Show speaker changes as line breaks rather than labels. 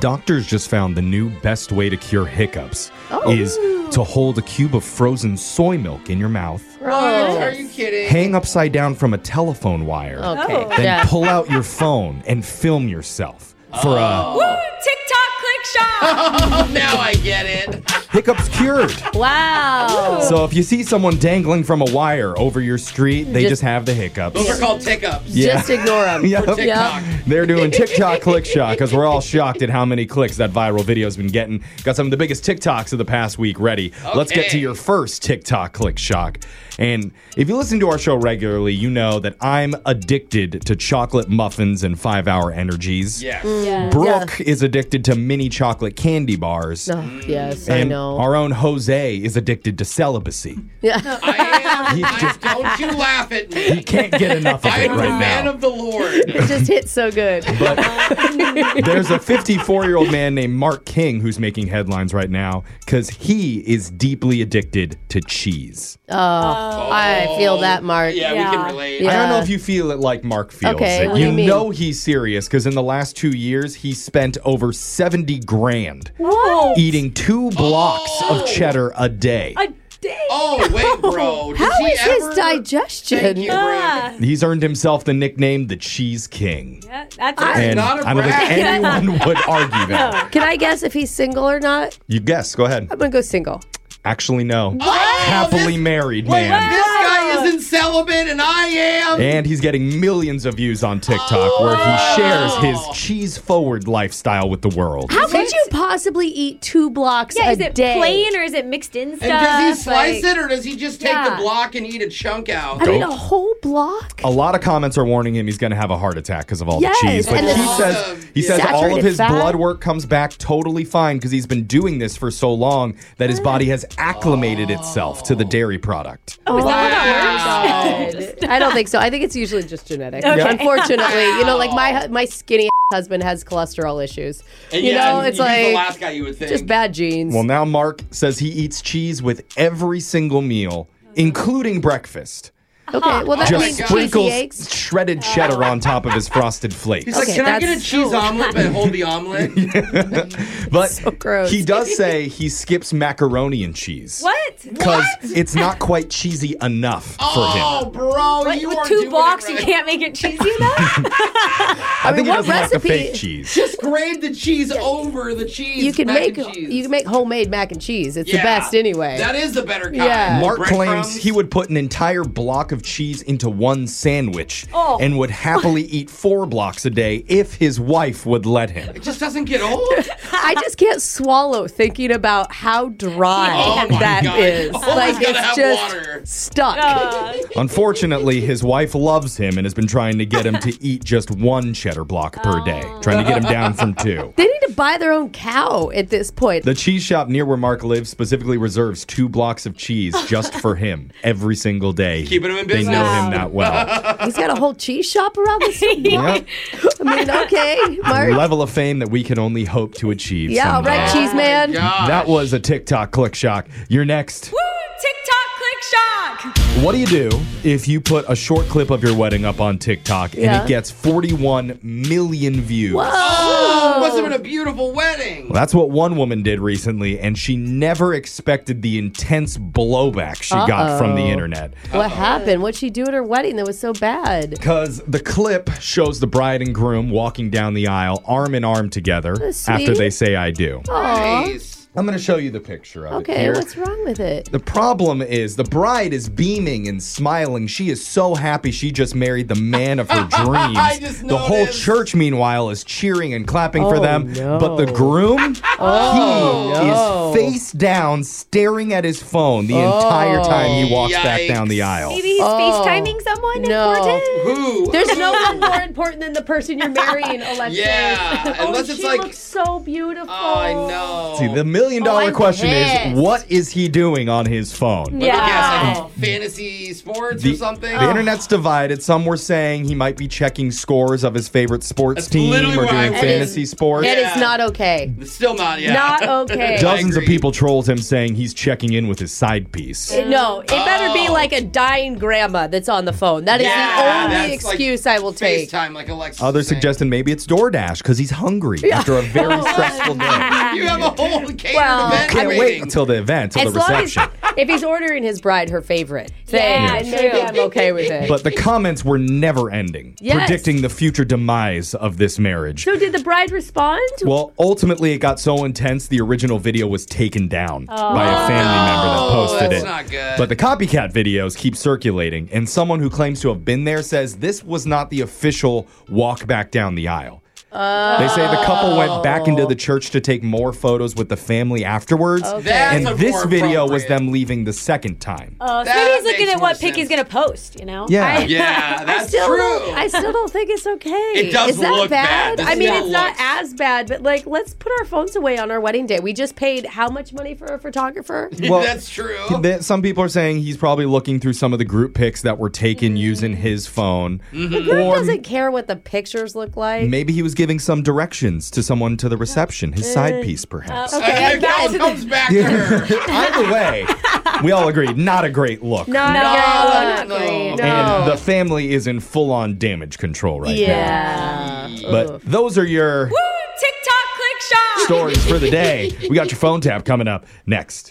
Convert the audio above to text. Doctors just found the new best way to cure hiccups is to hold a cube of frozen soy milk in your mouth,
Oh.
What? Are you kidding?
hang upside down from a telephone wire,
Oh.
Okay.
then
Yeah.
pull out your phone and film yourself for
Woo!
Oh.
TikTok click shot.
Oh, now I get it.
a hiccups cured.
wow.
So if you see someone dangling from a wire over your street, they just,
Just-
have the hiccups.
Those are called tick ups.
Yeah.
Just ignore them.
Yep.
TikTok.
They're doing TikTok click shot because we're all shocked at how many clicks that viral video's been getting. Got some of the biggest TikToks of the past week ready. Let's get to
Okay.
your first TikTok click shock. And if you listen to our show regularly, you know that I'm addicted to chocolate muffins and five hour energies.
Yes.
Uh,
Brooke is addicted to mini chocolate candy bars.
Oh, yes, I
And
know.
our own Jose is addicted to celibacy.
yeah.
I am.
He
I-
just-
don't you laugh at
He
me.
can't get enough of
I
it
am
right
a man
now.
of the Lord.
It just hits so good.
There's a 54 year old man named Mark King who's making headlines right now because he is deeply addicted to cheese.
Oh, I feel that, Mark.
Oh. Yeah, we
Yeah.
can relate.
I don't know
Yeah.
if you feel it like Mark feels
Okay,
it.
what do you mean?
know he's serious because in the last two years he spent over 70 grand
Whoa.
eating two blocks
Oh.
of cheddar a day.
Oh, A day.
Oh, wait, bro. Did
How
he
is his
ever-
digestion?
Thank you, Brooke.
Ah.
He's earned himself the nickname the Cheese King.
Yeah, that's
And
it.
not a
I don't think
brag.
anyone would argue that.
Can I guess if he's single or not?
You guess. Go ahead.
I'm gonna go single.
Actually, no.
Oh,
Happily
this-
married
Wait,
man.
this guy isn't celibate and I am.
And he's getting millions of views on TikTok where
Oh.
he shares his cheese forward lifestyle with the world.
How could you possibly eat two blocks
Yeah,
a
is it
day?
plain or is it mixed in stuff?
And does he slice
Like-
it or does he just take
Yeah.
the block and eat a chunk out?
I mean,
Dope.
a whole block.
A lot of comments are warning him he's going to have a heart attack because of all
Yes,
the cheese. But
and
he
the-
says he says all of
Saturated
his
fat.
blood work comes back totally fine because he's been doing this for so long that his body has acclimated itself to the dairy product.
Oh,
that
I don't think so. I think it's usually just genetic.
Okay.
Unfortunately, you know, like my hu- my skinny husband has cholesterol issues.
And
you
yeah,
know,
and
it's
he's the
like
last guy you would think.
just bad genes.
Well, now Mark says he eats cheese with every single meal, including breakfast.
okay, well that
Oh my
means
Just
God.
cheesy
sprinkles
eggs.
shredded cheddar on top of his frosted flakes.
He's
Okay,
like, can I get a
that's-
cheese omelet but hold the omelet?
But
gross.
he does say he skips macaroni and cheese.
What?
Because it's not quite cheesy enough for
Oh,
him.
bro,
What,
you
with
are
two
doing
blocks,
it
you
right.
can't make it cheesy enough?
I, think he
what
doesn't like the
recipe-
fake cheese.
Just grade the cheese over the cheese.
You can
mac
make
and cheese.
you can make homemade mac and cheese. It's
Yeah.
the best anyway.
That is the better kind.
Yeah.
Mark
Breadcrumbs.
claims he would put an entire block of cheese into one sandwich
Oh.
and would happily eat four blocks a day if his wife would let him.
It just doesn't get old.
I just can't swallow thinking about how dry
Oh my
that
God.
is.
Always
like
gotta
it's
have
just
water.
stuck.
Unfortunately, his wife loves him and has been trying to get him to eat just one cheddar block per day, trying to get him down from two.
They need to buy their own cow at this point.
The cheese shop near where Mark lives specifically reserves two blocks of cheese just for him every single day.
Keeping him in
They
business.
know him that well.
He's got a whole cheese shop around this. I
Yep.
mean, okay, Mark.
Level of fame that we can only hope to achieve.
Yeah, all
someday.
right, cheese man.
God.
That was a TikTok click shock. You're next.
Woo! TikTok click shock.
What do you do if you put a short clip of your wedding up on TikTok and
Yeah.
it gets 41 million views?
Oh, must have been a beautiful wedding.
That's what one woman did recently, and she never expected the intense blowback she got from the
Uh-oh.
internet.
What happened? What'd she do at her wedding that was so bad?
Because the clip shows the bride and groom walking down the aisle, arm in arm together,
sweet.
after they say, I do.
Aw.
Nice.
I'm going to show you the picture of it.
Okay,
here.
what's wrong with it?
The problem is the bride is beaming and smiling. She is so happy she just married the man of her dreams.
I just
the whole
noticed.
church, meanwhile, is cheering and clapping for
Oh,
them.
no. Oh,
But the groom, he
no. Oh.
is face down, staring at his phone the entire time he walks back
Yikes.
down the aisle.
Maybe he's FaceTiming someone
no.
important.
Who?
There's no one more important than the person you're marrying, Alexis.
Yeah,
Oh,
unless
she
it's like-
looks so beautiful.
Oh, I know.
See, the million dollar
I'm
question
pissed.
is what is he doing on his phone?
Let me
Yeah.
guess, like fantasy sports
The,
or something.
the internet's divided. Some were saying he might be checking scores of his favorite sports
That's
team
literally
or
what I
doing
was-
fantasy sports.
That is
Yeah.
not okay.
Still not yet.
Not okay.
I
Dozens of
agree.
people trolled him saying he's checking in with his side piece.
No, it better be
Oh.
like a dying grandma that's on the phone. That is
Yeah,
the
that's
only
like
excuse I will take.
FaceTime like Alexa.
Others suggested maybe it's DoorDash because he's hungry after a very stressful day.
You have a whole catered
Well,
event
Can't wait
waiting.
until the event, until
As
the
long as
reception.
if he's ordering his bride her favorite thing,
Yeah,
then maybe
true.
I'm okay with it.
But the comments were never ending,
Yes.
predicting the future demise of this marriage.
So did the bride respond?
Well, ultimately, it got so intense, the original video was taken down by a family member that posted
Oh, that's
it.
not good.
But the copycat videos keep circulating, and someone who claims to have been there says this was not the official walk back down the aisle. They say the couple went back into the church to take more photos with the family afterwards,
That's
and
a
this
more
video was
appropriate.
them leaving the second time.
Oh, so
That
maybe he's looking
makes
at what
more
pic
sense.
he's gonna post. You know.
yeah,
yeah, that's
still
true.
don't- I still don't think it's okay.
It does
Is that
look bad.
bad?
This
I mean,
still
it's not
looks-
as bad, but like, let's put our phones away on our wedding day. We just paid how much money for a photographer?
well,
that's true.
That some people are saying he's probably looking through some of the group pics that were taken using his phone,
Mm-hmm.
Who
or
doesn't care what the pictures look like?
maybe he was giving some directions to someone to the reception, his side piece, perhaps.
Uh, Okay,
And
I'm
it all
back to the
comes back to her.
Either way, we all agree, not a great look.
Not
No,
great.
no.
great.
And the family is in full-on damage control right
Yeah.
now. But those are your
Woo! TikTok click shock.
stories for the day. We got your phone tap coming up next.